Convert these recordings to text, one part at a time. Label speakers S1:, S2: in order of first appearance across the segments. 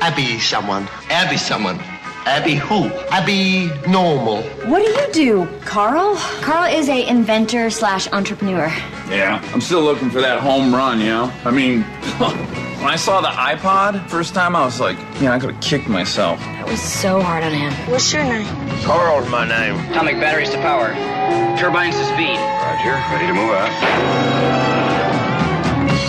S1: Abby someone.
S2: Abby someone. Abby who?
S1: Abby normal.
S3: What do you do, Carl?
S4: Carl is a inventor slash entrepreneur.
S5: Yeah, I'm still looking for that home run, you know? I mean, when I saw the iPod first time, I was like, man, I could have kicked myself.
S4: That was so hard on him.
S6: What's your name?
S7: Carl's my name.
S8: Atomic batteries to power, turbines to speed.
S9: Roger, ready to move out.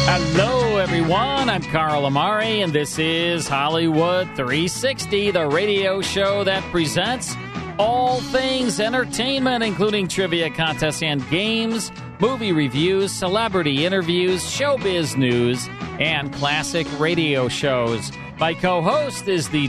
S10: Hello, everyone. I'm Carl Amari, and this is Hollywood 360, the radio show that presents all things entertainment, including trivia contests and games, movie reviews, celebrity interviews, showbiz news, and classic radio shows. My co host is the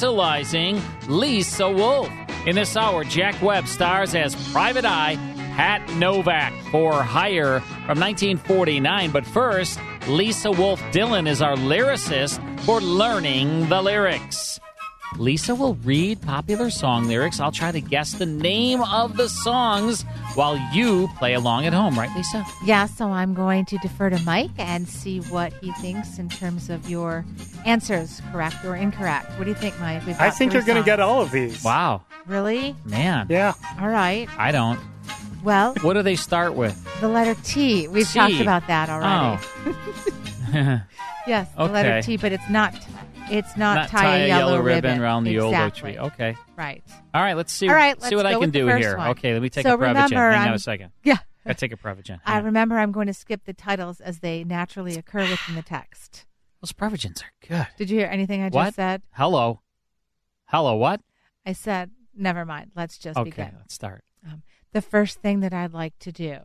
S10: tantalizing Lisa Wolf. In this hour, Jack Webb stars as Private Eye. Pat Novak for Hire from 1949. But first, Lisa Wolf Dylan is our lyricist for learning the lyrics. Lisa will read popular song lyrics. I'll try to guess the name of the songs while you play along at home, right, Lisa?
S11: Yeah, so I'm going to defer to Mike and see what he thinks in terms of your answers, correct or incorrect. What do you think, Mike? We've
S12: I
S11: got
S12: think
S11: three
S12: you're going to
S11: songs.
S12: get all of these.
S10: Wow,
S11: Really?
S10: man.
S12: Yeah.
S11: All right.
S10: I don't.
S11: Well,
S10: What do they start with?
S11: the letter T. We've
S10: T.
S11: talked about that already.
S10: Oh.
S11: Yes, the letter
S10: Okay.
S11: T, but it's not. It's not,
S10: Not
S11: tie, a yellow,
S10: ribbon, around the
S11: exactly.
S10: old oak tree. Okay.
S11: Right.
S10: All right, let's see.
S11: All right,
S10: see
S11: let's
S10: what I
S11: go
S10: can
S11: with the
S10: do
S11: first
S10: here.
S11: one.
S10: Okay, let me take
S11: So
S10: a Prevagen.
S11: remember,
S10: Hang on
S11: I'm-
S10: a second.
S11: Yeah.
S10: I take a Prevagen.
S11: I
S10: Hang on.
S11: remember I'm going to skip the titles as they naturally occur within the text.
S10: Those Prevagens are good.
S11: Did you hear anything I just
S10: what?
S11: said?
S10: Hello. Hello. What?
S11: I said, never mind. Let's just
S10: okay,
S11: begin.
S10: let's start.
S11: Um, the first thing that I'd like to do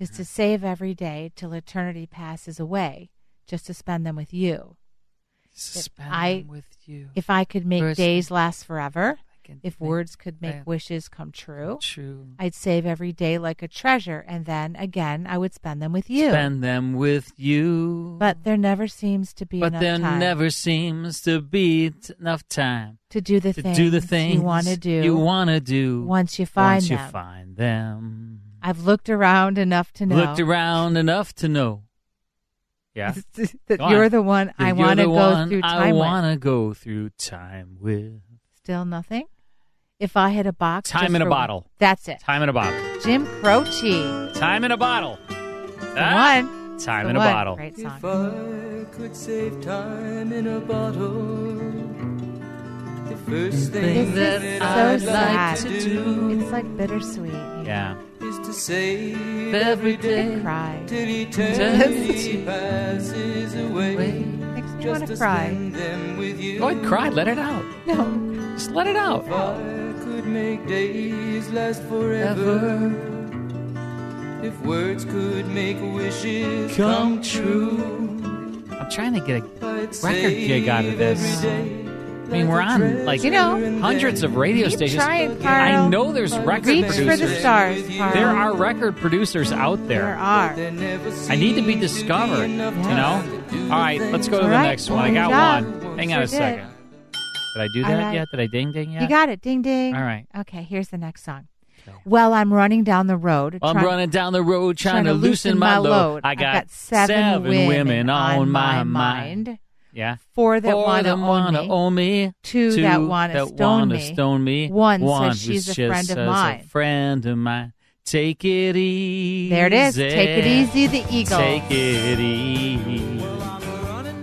S11: is
S10: Mm-hmm.
S11: to save every day till eternity passes away, just to spend them with you.
S10: Suspend
S11: I-
S10: with you.
S11: If I could make
S10: First-
S11: days last forever,
S10: I can
S11: if
S10: think
S11: words could make
S10: that-
S11: wishes come true,
S10: True.
S11: I'd save every day like a treasure, and then again I would spend them with you.
S10: Spend them with you.
S11: but there never seems to be
S10: But
S11: enough
S10: there
S11: time
S10: never seems to be t- enough time
S11: to do the
S10: to
S11: things
S10: do the things
S11: you want to do.
S10: You want to do
S11: once you find
S10: once you
S11: them.
S10: find them.
S11: I've looked around enough to know
S10: Looked around enough to know. Yeah.
S11: that
S10: Go on.
S11: you're the one I
S10: You're
S11: want to
S10: the
S11: go
S10: one
S11: through
S10: I
S11: time with.
S10: want to go through time with.
S11: Still nothing. If I had a box,
S10: Time
S11: just
S10: in a
S11: for-
S10: bottle.
S11: That's it.
S10: Time in a bottle.
S11: Jim Croce.
S10: Time in a bottle.
S11: The
S10: Ah,
S11: one.
S10: Time
S11: The
S10: in a
S11: one.
S10: bottle.
S11: Great song.
S13: I could save time in a bottle. The first
S11: This
S13: thing that
S11: is so
S13: I'd like
S11: sad.
S13: to do
S11: It's like bittersweet. you
S10: Yeah.
S13: is to save
S10: Every
S13: every
S11: know.
S13: day
S11: Cry.
S13: till eternity passes away.
S11: Makes me
S13: Just
S11: want to
S13: to
S11: cry.
S13: spend them with you.
S10: Lloyd cried. Let it out.
S11: No.
S10: Just let it out.
S13: If I could make days last forever. If words could make wishes come true.
S10: I'm trying to get a.
S13: Record
S10: gig out of this. I mean, we're on like
S11: You know,
S10: hundreds of radio
S11: Keep
S10: stations.
S11: trying, Carl.
S10: I know there's record
S11: Reach for
S10: producers.
S11: the stars, Carl.
S10: there are record producers out
S11: There
S10: there.
S11: are.
S10: I need to be discovered. You know. All right, let's go to
S11: All
S10: the
S11: right,
S10: next one. I
S11: well,
S10: got
S11: you got-
S10: one. Hang
S11: sure
S10: on a
S11: did.
S10: second. Did I do
S11: All
S10: that
S11: right.
S10: yet? Did I ding ding yet?
S11: You got it. Ding ding.
S10: All right.
S11: Okay, here's the next song. Well, I'm running down the road.
S10: I'm
S11: trying-
S10: running down the road trying, to loosen my load. I got,
S11: seven,
S10: women, on my Yeah.
S11: Four that
S10: Four
S11: want to
S10: that
S11: own
S10: wanna
S11: me.
S10: own me.
S11: Two that wanna
S10: that
S11: stone
S10: wanna
S11: me.
S10: stone me.
S11: One says
S10: who
S11: she's a
S10: just
S11: friend of
S10: says a
S11: mine.
S10: friend of mine. Take it easy.
S11: There it is. Take it easy, the eagle.
S10: Take it easy.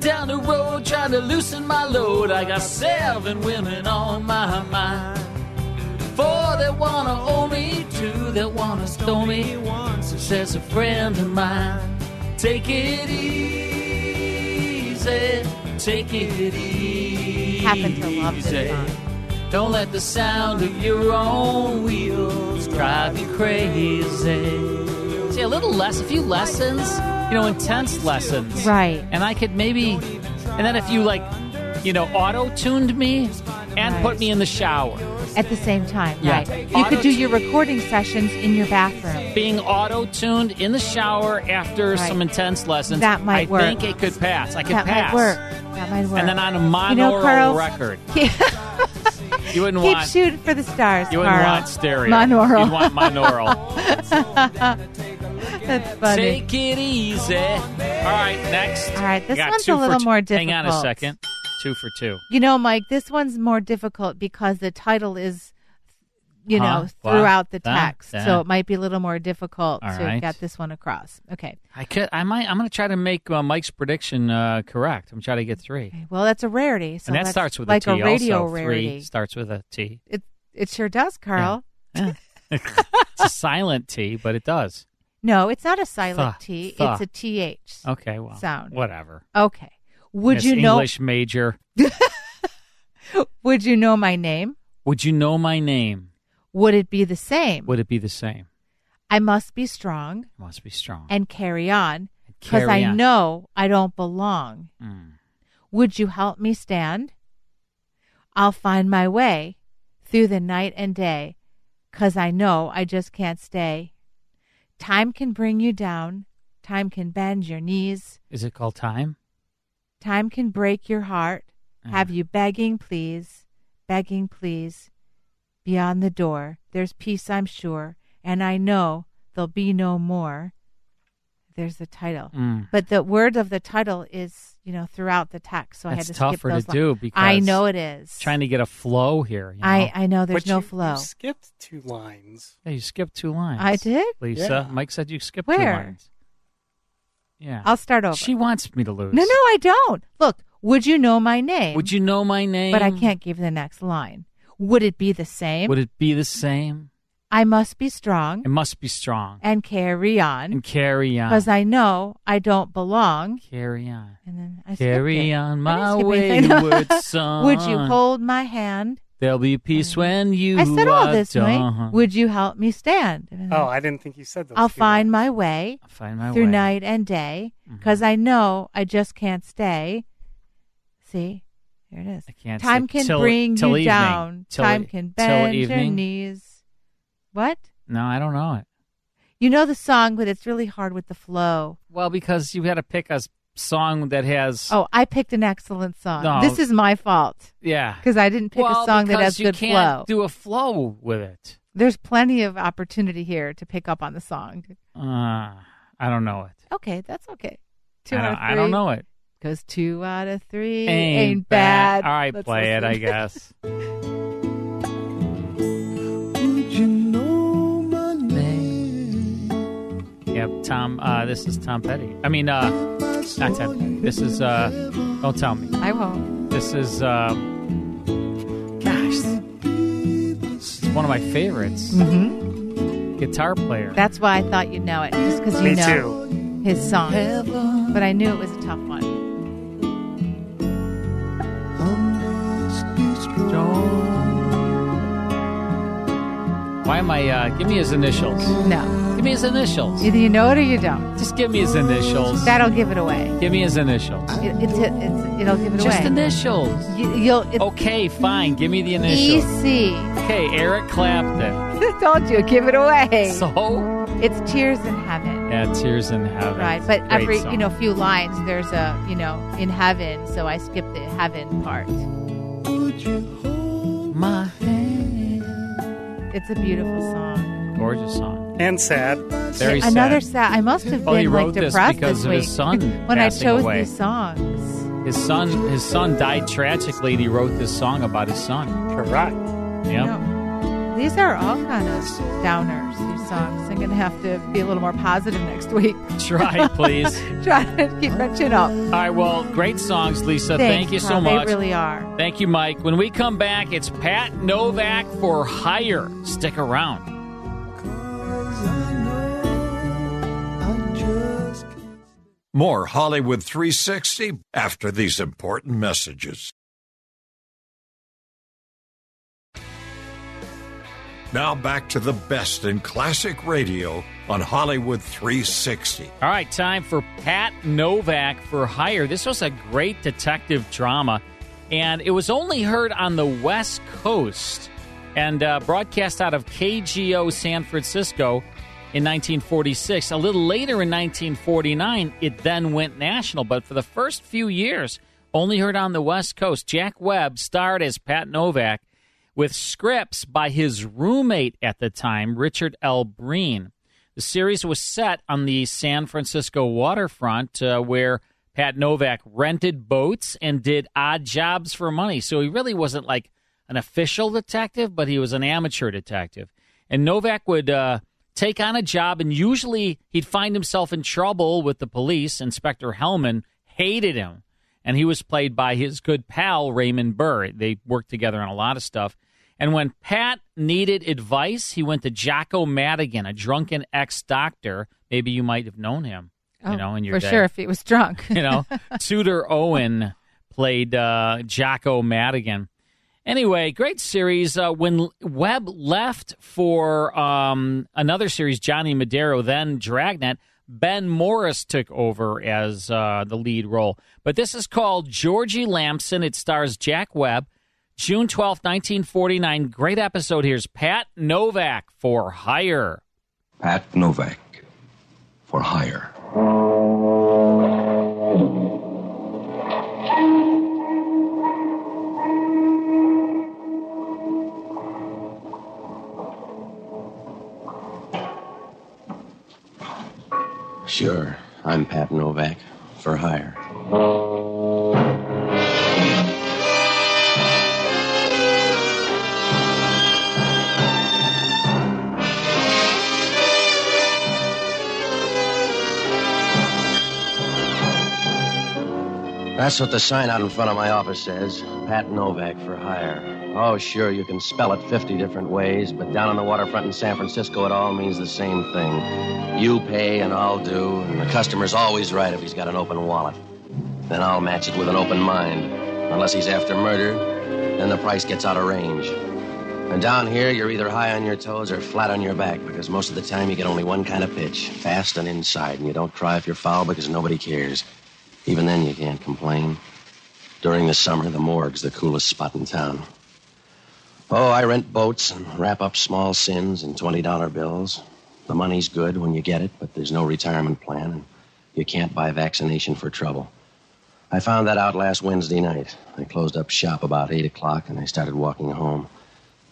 S10: Down the road trying to loosen my load. I got seven women on my mind. Four that wanna own me, two that wanna stone me. One says a friend of mine. Take it easy, take it easy.
S11: Happen to love this song.
S10: Don't let the sound of your own wheels drive you crazy. See, a little less, a few lessons, you know, intense lessons.
S11: Right.
S10: And I could maybe, and then if you like you know, auto tuned me and put me in the shower.
S11: At the same time,
S10: Yeah.
S11: right? You could do your recording sessions in your bathroom.
S10: Being auto tuned in the shower after
S11: Right.
S10: some intense lessons.
S11: That might
S10: I
S11: work.
S10: think it could pass. I could
S11: that
S10: pass.
S11: might work. That might work.
S10: And then on a
S11: you know,
S10: monaural
S11: Carl,
S10: record,
S11: Keep,
S10: you wouldn't
S11: keep
S10: want
S11: shooting for the stars.
S10: you wouldn't
S11: Carl.
S10: want stereo.
S11: Monaural.
S10: You'd want monaural.
S11: That's funny.
S10: Take it easy. All right,
S11: Ah,
S10: next.
S11: All right, this
S10: Got
S11: one's
S10: two
S11: a
S10: for
S11: little
S10: two.
S11: more
S10: Hang on a
S11: difficult.
S10: second. Two for two.
S11: You know, Mike, this one's more difficult because the title is, you
S10: Huh?
S11: know,
S10: Wha-
S11: throughout the
S10: that-
S11: text,
S10: that.
S11: so it might be a little more difficult
S10: All
S11: to
S10: right.
S11: get this one across. Okay,
S10: I could. I might. I'm going to try to make uh, Mike's prediction uh, correct. I'm trying to get three,
S11: well, that's a rarity. So
S10: and that
S11: that's
S10: starts with
S11: like
S10: a T.
S11: a radio
S10: also, three
S11: rarity.
S10: starts with a T.
S11: It it sure does, Carl.
S10: It's a silent T, but it does.
S11: No, it's not a silent
S10: Th-
S11: T.
S10: th-
S11: It's a th.
S10: Okay, well,
S11: sound.
S10: whatever.
S11: Okay. Would
S10: Miss
S11: you know?
S10: English major?
S11: Would you know my name?
S10: Would you know my name?
S11: Would it be the same?
S10: Would it be the same?
S11: I must be strong
S10: I must be strong.
S11: and carry on because
S10: Carry
S11: I
S10: on.
S11: know I don't belong.
S10: Mm.
S11: Would you help me stand? I'll find my way through the night and day, 'cause I know I just can't stay. Time can bring you down, time can bend your knees,
S10: Is it called time?
S11: time can break your heart,
S10: Uh-huh.
S11: have you begging, please, begging, please. Beyond the door, there's peace, I'm sure, and I know there'll be no more. There's the title.
S10: Mm.
S11: But the word of the title is, you know, throughout the text, so I had
S10: That's
S11: to skip
S10: tougher to
S11: those
S10: do
S11: lines.
S10: because
S11: I know it is.
S10: Trying to get a flow here. you know?
S11: I I know there's
S6: But
S11: no
S6: you- you
S11: flow.
S6: skipped two lines.
S10: Yeah, you skipped two lines.
S11: I did?
S10: Lisa.
S6: Yeah.
S10: Mike said you skipped two
S11: Where?
S10: lines. Yeah.
S11: I'll start over.
S10: She wants me to lose.
S11: No, no, I don't. Look, would you know my name?
S10: Would you know my name?
S11: But I can't give the next line. Would it be the same?
S10: Would it be the same?
S11: I must be strong
S10: It must be strong.
S11: and carry on
S10: And carry on.
S11: because I know I don't belong.
S10: Carry on.
S11: And then I skipped
S10: Carry
S11: it.
S10: on
S11: I didn't
S10: my
S11: skip anything.
S10: wayward son.
S11: Would you hold my hand?
S10: There'll be peace when you
S11: I said all
S10: are
S11: this,
S10: done.
S11: Mike. Would you help me stand? And then
S6: Oh, I didn't think you said those.
S11: I'll
S6: two
S11: find
S6: lines.
S11: my way
S10: I'll find my
S11: through
S10: way. Mm-hmm.
S11: night and day because I know I just can't stay. See, here it is.
S10: I can't stay
S11: Time can
S10: till-
S11: bring
S10: till
S11: you
S10: evening.
S11: down.
S10: Till- e-
S11: Time can
S10: till
S11: bend your
S10: evening.
S11: knees. What?
S10: No, I don't know it.
S11: You know the song, but it's really hard with the flow.
S10: Well, because you had to pick a s- song that has.
S11: Oh, I picked an excellent song.
S10: No.
S11: This is my fault
S10: yeah.
S11: because I didn't pick
S10: Well,
S11: a song that
S10: because
S11: has
S10: you
S11: good
S10: can't
S11: flow.
S10: Do a flow with it.
S11: There's plenty of opportunity here to pick up on the song.
S10: Uh, I don't know it.
S11: Okay, that's okay. Two
S10: I
S11: out
S10: don't,
S11: of three.
S10: I don't know it.
S11: Because two out of three
S10: Ain't
S11: ain't,
S10: bad.
S11: bad.
S10: All right,
S11: Let's
S10: play it,
S11: listen.
S10: I guess. Yep, Tom. Uh, this is Tom Petty. I mean, uh, not Tom. Petty. This is. Uh, don't tell me.
S11: I won't.
S10: This is. Uh, gosh, this is one of my favorites.
S11: hmm
S10: Guitar player.
S11: That's why I thought you'd know it, just because you
S6: Me
S11: know
S6: too.
S11: his song. But I knew it was a tough one.
S10: Why am I? Uh, give me his initials.
S11: No,
S10: Give me his initials.
S11: either you know it or you don't.
S10: Just give me his initials.
S11: That'll give it away.
S10: Give me his initials.
S11: It, it, it's, it'll give it
S10: Just
S11: away.
S10: initials.
S11: You, you'll it's E
S10: Okay, fine. Give me the initials.
S11: EC.
S10: Okay, Eric Clapton.
S11: Told you, give it away.
S10: So
S11: it's tears in heaven,
S10: yeah, tears in heaven.
S11: right? But
S10: Great
S11: every
S10: song.
S11: you know few lines, there's a you know in heaven. So I skipped the heaven part.
S10: my
S11: It's a beautiful song.
S10: gorgeous song.
S6: And sad.
S10: Very sad.
S11: Another sad. I must have been
S10: Well, he wrote
S11: like
S10: this
S11: depressed
S10: because of
S11: week
S10: his son
S11: when I
S10: passing
S11: chose
S10: away.
S11: these songs.
S10: His son, his son died tragically, and he wrote this song about his son.
S6: Correct.
S10: Yeah.
S11: No. These are all kind of downers. These songs. I'm gonna have to be a little more positive next week.
S10: Try, please.
S11: Try to keep my chin up.
S10: All right. Well, great songs, Lisa. Thank
S11: Thanks,
S10: you so
S11: Carl.
S10: much.
S11: They really are.
S10: Thank you, Mike. When we come back, it's Pat Novak for Hire. Stick around.
S14: More Hollywood 360 after these important messages. Now back to the best in classic radio on Hollywood 360.
S10: All right, time for Pat Novak for Hire. This was a great detective drama and it was only heard on the West Coast and uh, broadcast out of KGO San Francisco in 1946. A little later in 1949, it then went national, but for the first few years, only heard on the West Coast. Jack Webb starred as Pat Novak with scripts by his roommate at the time, Richard L. Breen. The series was set on the San Francisco waterfront uh, where Pat Novak rented boats and did odd jobs for money. So he really wasn't like an official detective, but he was an amateur detective. And Novak would uh, take on a job, and usually he'd find himself in trouble with the police. Inspector Hellman hated him, and he was played by his good pal, Raymond Burr. They worked together on a lot of stuff. And when Pat needed advice, he went to Jocko Madigan, a drunken ex doctor. Maybe you might have known him,
S11: Oh,
S10: you know, in your
S11: for
S10: day.
S11: sure if he was drunk.
S10: you know, Tudor Owen played uh, Jocko Madigan. Anyway, great series. Uh, when Webb left for um, another series, Johnny Madero, then Dragnet, Ben Morris took over as uh, the lead role. But this is called Georgie Lamson. It stars Jack Webb. June twelfth, 1949. Great episode. Here's Pat Novak for Hire.
S7: Pat Novak for hire.
S12: Sure, I'm Pat Novak for hire.
S2: That's what the sign out in front of my office says. Pat Novak for hire. Oh, sure, you can spell it 50 different ways, but down on the waterfront in San Francisco, it all means the same thing. You pay and I'll do, and the customer's always right if he's got an open wallet. Then I'll match it with an open mind. Unless he's after murder, then the price gets out of range. And down here, you're either high on your toes or flat on your back because most of the time you get only one kind of pitch fast and inside, and you don't cry if you're foul because nobody cares. Even then, you can't complain. During the summer, the morgue's the coolest spot in town. Oh, I rent boats and wrap up small sins in $20 bills. The money's good when you get it, but there's no retirement plan, and you can't buy vaccination for trouble. I found that out last Wednesday night. I closed up shop about 8 o'clock, and I started walking home.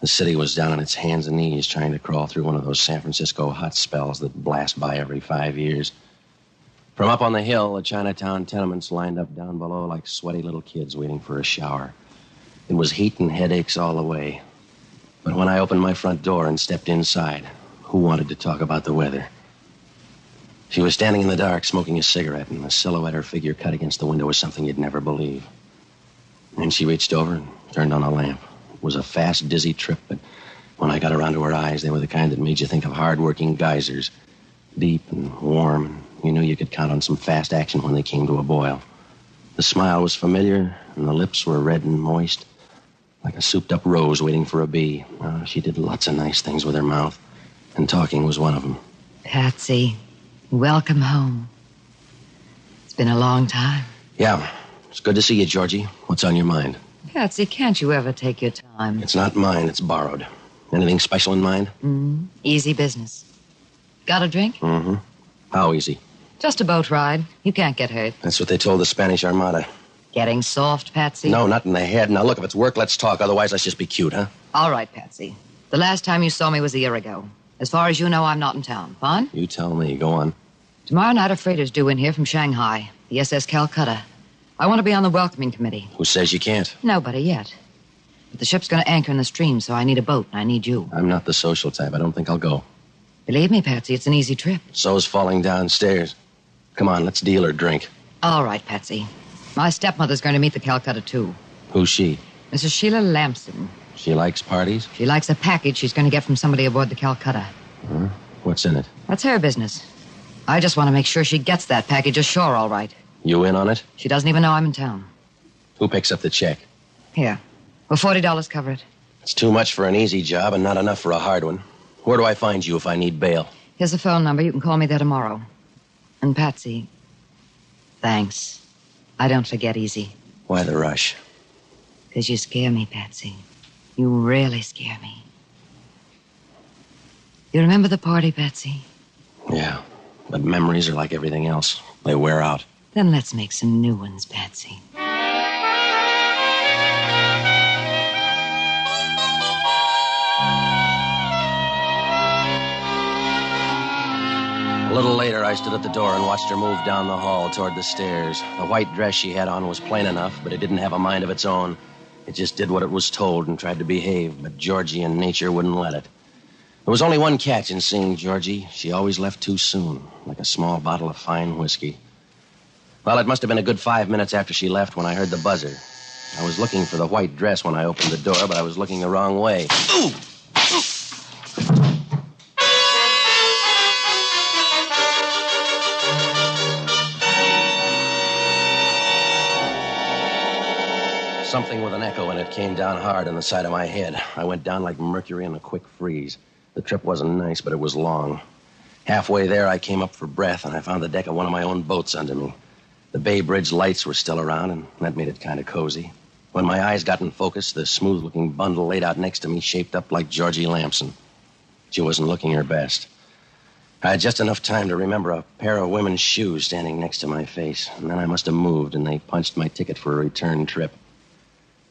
S2: The city was down on its hands and knees trying to crawl through one of those San Francisco hot spells that blast by every five years. From up on the hill, the Chinatown tenements lined up down below like sweaty little kids waiting for a shower. It was heat and headaches all the way. But when I opened my front door and stepped inside, who wanted to talk about the weather? She was standing in the dark smoking a cigarette, and the silhouette her figure cut against the window was something you'd never believe. And she reached over and turned on a lamp. It was a fast, dizzy trip, but when I got around to her eyes, they were the kind that made you think of hard-working geysers, deep and warm and you knew you could count on some fast action when they came to a boil. The smile was familiar, and the lips were red and moist, like a souped up rose waiting for a bee. Uh, she did lots of nice things with her mouth, and talking was one of them.
S15: Patsy, welcome home. It's been a long time.
S2: Yeah, it's good to see you, Georgie. What's on your mind?
S15: Patsy, can't you ever take your time?
S2: It's not mine, it's borrowed. Anything special in mind?
S15: Mm, easy business. Got a drink?
S2: Mm hmm. How easy?
S15: Just a boat ride. You can't get hurt.
S2: That's what they told the Spanish Armada.
S15: Getting soft, Patsy?
S2: No, not in the head. Now, look, if it's work, let's talk. Otherwise, let's just be cute, huh?
S15: All right, Patsy. The last time you saw me was a year ago. As far as you know, I'm not in town. Fine?
S2: You tell me. Go on.
S15: Tomorrow night, a freighter's due in here from Shanghai, the SS Calcutta. I want to be on the welcoming committee.
S2: Who says you can't?
S15: Nobody yet. But the ship's going to anchor in the stream, so I need a boat, and I need you.
S2: I'm not the social type. I don't think I'll go.
S15: Believe me, Patsy, it's an easy trip.
S2: So's falling downstairs. Come on, let's deal or drink.
S15: All right, Patsy. My stepmother's going to meet the Calcutta, too.
S2: Who's she?
S15: Mrs. Sheila Lamson.
S2: She likes parties?
S15: She likes a package she's going to get from somebody aboard the Calcutta.
S2: Huh? What's in it?
S15: That's her business. I just want to make sure she gets that package ashore all right.
S2: You in on it?
S15: She doesn't even know I'm in town.
S2: Who picks up the check?
S15: Here. Will $40 cover it?
S2: It's too much for an easy job and not enough for a hard one. Where do I find you if I need bail?
S15: Here's the phone number. You can call me there tomorrow. And Patsy, thanks. I don't forget easy.
S2: Why the rush?
S15: Because you scare me, Patsy. You really scare me. You remember the party, Patsy?
S2: Yeah, but memories are like everything else, they wear out.
S15: Then let's make some new ones, Patsy.
S2: A little later, I stood at the door and watched her move down the hall toward the stairs. The white dress she had on was plain enough, but it didn't have a mind of its own. It just did what it was told and tried to behave, but Georgie and nature wouldn't let it. There was only one catch in seeing Georgie. She always left too soon, like a small bottle of fine whiskey. Well, it must have been a good five minutes after she left when I heard the buzzer. I was looking for the white dress when I opened the door, but I was looking the wrong way. Ooh! Something with an echo in it came down hard on the side of my head. I went down like mercury in a quick freeze. The trip wasn't nice, but it was long. Halfway there, I came up for breath, and I found the deck of one of my own boats under me. The Bay Bridge lights were still around, and that made it kind of cozy. When my eyes got in focus, the smooth looking bundle laid out next to me shaped up like Georgie Lamson. She wasn't looking her best. I had just enough time to remember a pair of women's shoes standing next to my face, and then I must have moved, and they punched my ticket for a return trip.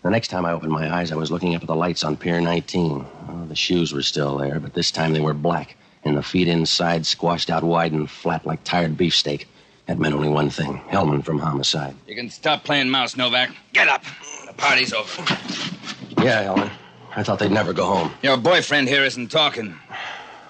S2: The next time I opened my eyes, I was looking up at the lights on Pier 19. Oh, the shoes were still there, but this time they were black, and the feet inside squashed out wide and flat like tired beefsteak. That meant only one thing Hellman from homicide.
S8: You can stop playing mouse, Novak. Get up. The party's over.
S2: Yeah, Hellman. I thought they'd never go home.
S8: Your boyfriend here isn't talking.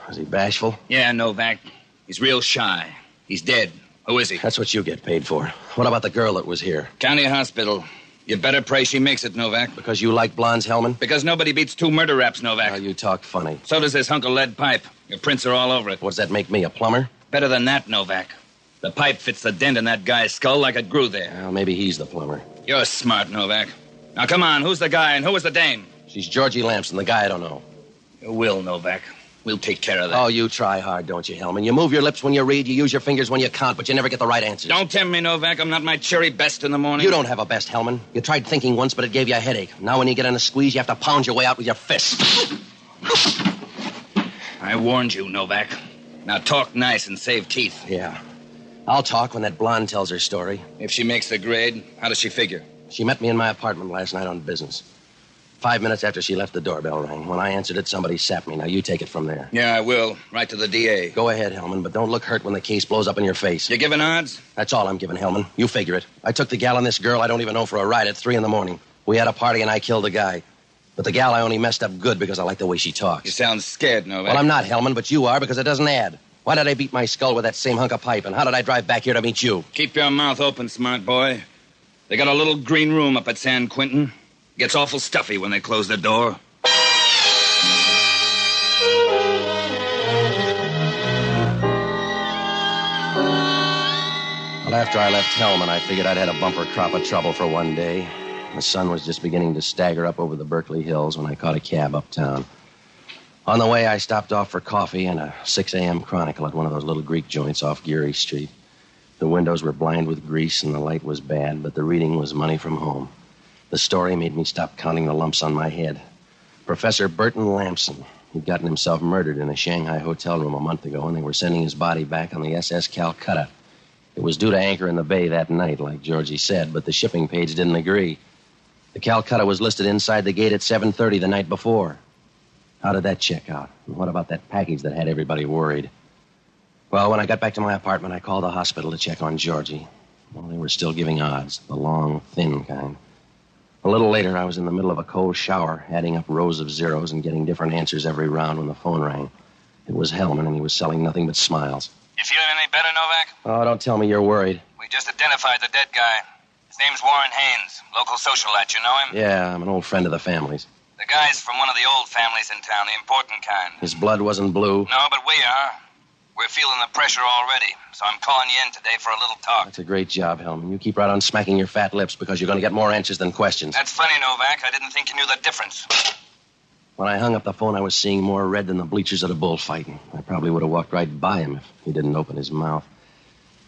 S2: Was he bashful?
S8: Yeah, Novak. He's real shy. He's dead. Who is he?
S2: That's what you get paid for. What about the girl that was here?
S8: County Hospital. You better pray she makes it, Novak.
S2: Because you like blondes, Hellman?
S8: Because nobody beats two murder raps, Novak.
S2: Oh, you talk funny.
S8: So does this hunk of lead pipe. Your prints are all over it.
S2: What does that make me, a plumber?
S8: Better than that, Novak. The pipe fits the dent in that guy's skull like it grew there.
S2: Well, maybe he's the plumber.
S8: You're smart, Novak. Now, come on, who's the guy and who was the dame?
S2: She's Georgie Lamson, the guy I don't know.
S8: You will, Novak. We'll take care of that.
S2: Oh, you try hard, don't you, Hellman? You move your lips when you read, you use your fingers when you count, but you never get the right answers.
S8: Don't tempt me, Novak. I'm not my cheery best in the morning.
S2: You don't have a best, Hellman. You tried thinking once, but it gave you a headache. Now, when you get in a squeeze, you have to pound your way out with your fists.
S8: I warned you, Novak. Now talk nice and save teeth.
S2: Yeah. I'll talk when that blonde tells her story.
S8: If she makes the grade, how does she figure?
S2: She met me in my apartment last night on business. Five minutes after she left, the doorbell rang. When I answered it, somebody sapped me. Now you take it from there.
S8: Yeah, I will. Right to the DA.
S2: Go ahead, Hellman, but don't look hurt when the case blows up in your face.
S8: You giving odds?
S2: That's all I'm giving, Hellman. You figure it. I took the gal and this girl I don't even know for a ride at three in the morning. We had a party and I killed the guy. But the gal I only messed up good because I like the way she talks.
S8: You sound scared, Novak.
S2: Well, I'm not, Hellman, but you are because it doesn't add. Why did I beat my skull with that same hunk of pipe, and how did I drive back here to meet you?
S8: Keep your mouth open, smart boy. They got a little green room up at San Quentin. Gets awful stuffy when they close the door.
S2: Well, after I left Hellman, I figured I'd had a bumper crop of trouble for one day. The sun was just beginning to stagger up over the Berkeley Hills when I caught a cab uptown. On the way, I stopped off for coffee and a 6 a.m. Chronicle at one of those little Greek joints off Geary Street. The windows were blind with grease and the light was bad, but the reading was money from home. The story made me stop counting the lumps on my head. Professor Burton Lamson. He'd gotten himself murdered in a Shanghai hotel room a month ago, and they were sending his body back on the SS Calcutta. It was due to anchor in the bay that night, like Georgie said, but the shipping page didn't agree. The Calcutta was listed inside the gate at 7:30 the night before. How did that check out? And what about that package that had everybody worried? Well, when I got back to my apartment, I called the hospital to check on Georgie. Well, they were still giving odds, the long, thin kind. A little later, I was in the middle of a cold shower, adding up rows of zeros and getting different answers every round when the phone rang. It was Hellman, and he was selling nothing but smiles.
S8: You feeling any better, Novak?
S2: Oh, don't tell me you're worried.
S8: We just identified the dead guy. His name's Warren Haynes, local socialite. You know him?
S2: Yeah, I'm an old friend of the family's.
S8: The guy's from one of the old families in town, the important kind.
S2: His blood wasn't blue.
S8: No, but we are. We're feeling the pressure already, so I'm calling you in today for a little talk.
S2: That's a great job, Hellman. You keep right on smacking your fat lips because you're going to get more answers than questions.
S8: That's funny, Novak. I didn't think you knew the difference.
S2: When I hung up the phone, I was seeing more red than the bleachers at a bullfighting. I probably would have walked right by him if he didn't open his mouth.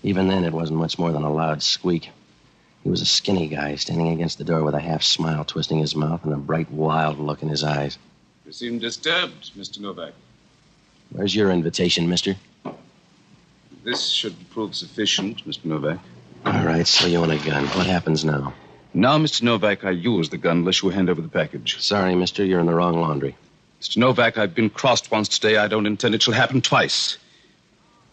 S2: Even then, it wasn't much more than a loud squeak. He was a skinny guy standing against the door with a half smile twisting his mouth and a bright, wild look in his eyes.
S16: You seem disturbed, Mr. Novak.
S2: Where's your invitation, mister?
S16: This should prove sufficient, Mr. Novak.
S2: All right, so you want a gun. What happens now?
S16: Now, Mr. Novak, I use the gun unless you hand over the package.
S2: Sorry, mister, you're in the wrong laundry.
S16: Mr. Novak, I've been crossed once today. I don't intend it shall happen twice.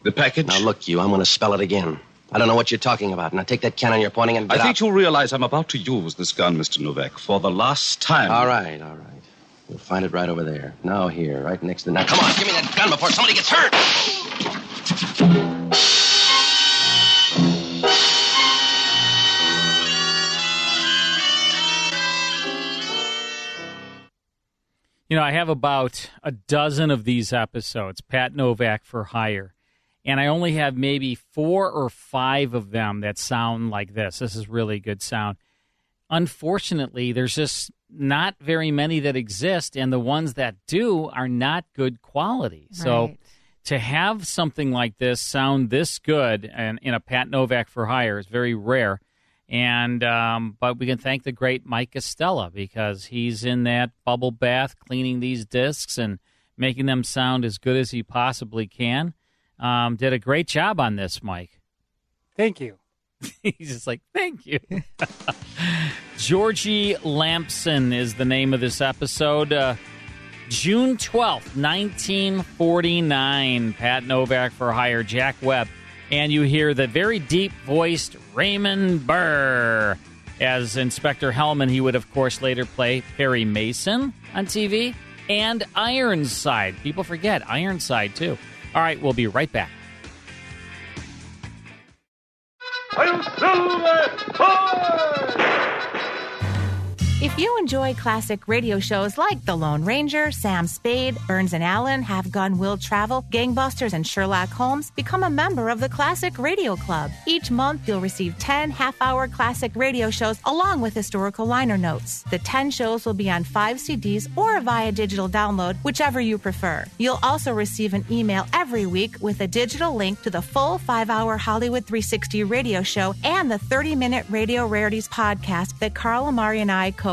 S16: The package.
S2: Now, look, you, I'm going to spell it again. I don't know what you're talking about. Now, take that cannon you're pointing and
S16: I
S2: get out.
S16: think you'll realize I'm about to use this gun, Mr. Novak, for the last time.
S2: All right, all right. You'll find it right over there. Now, here, right next to the. Now, come on, give me that gun before somebody gets hurt!
S10: You know, I have about a dozen of these episodes, Pat Novak for Hire, and I only have maybe four or five of them that sound like this. This is really good sound. Unfortunately, there's just not very many that exist, and the ones that do are not good quality. So
S17: Right.
S10: to have something like this sound this good and in a Pat Novak for Hire is very rare. And um, but we can thank the great Mike Estella because he's in that bubble bath cleaning these discs and making them sound as good as he possibly can. Um, did a great job on this, Mike.
S6: Thank you.
S10: He's just like, thank you. Georgie Lampson is the name of this episode. Uh, June 12th, 1949. Pat Novak for Hire, Jack Webb. And you hear the very deep voiced Raymond Burr as Inspector Hellman. He would, of course, later play Perry Mason on TV and Ironside. People forget Ironside, too. All right, we'll be right back.
S18: If you enjoy classic radio shows like The Lone Ranger, Sam Spade, Burns and Allen, Have Gun Will Travel, Gangbusters, and Sherlock Holmes, become a member of the Classic Radio Club. Each month, you'll receive 10 half hour classic radio shows along with historical liner notes. The 10 shows will be on five CDs or via digital download, whichever you prefer. You'll also receive an email every week with a digital link to the full five hour Hollywood 360 radio show and the 30 minute Radio Rarities podcast that Carl Amari and I co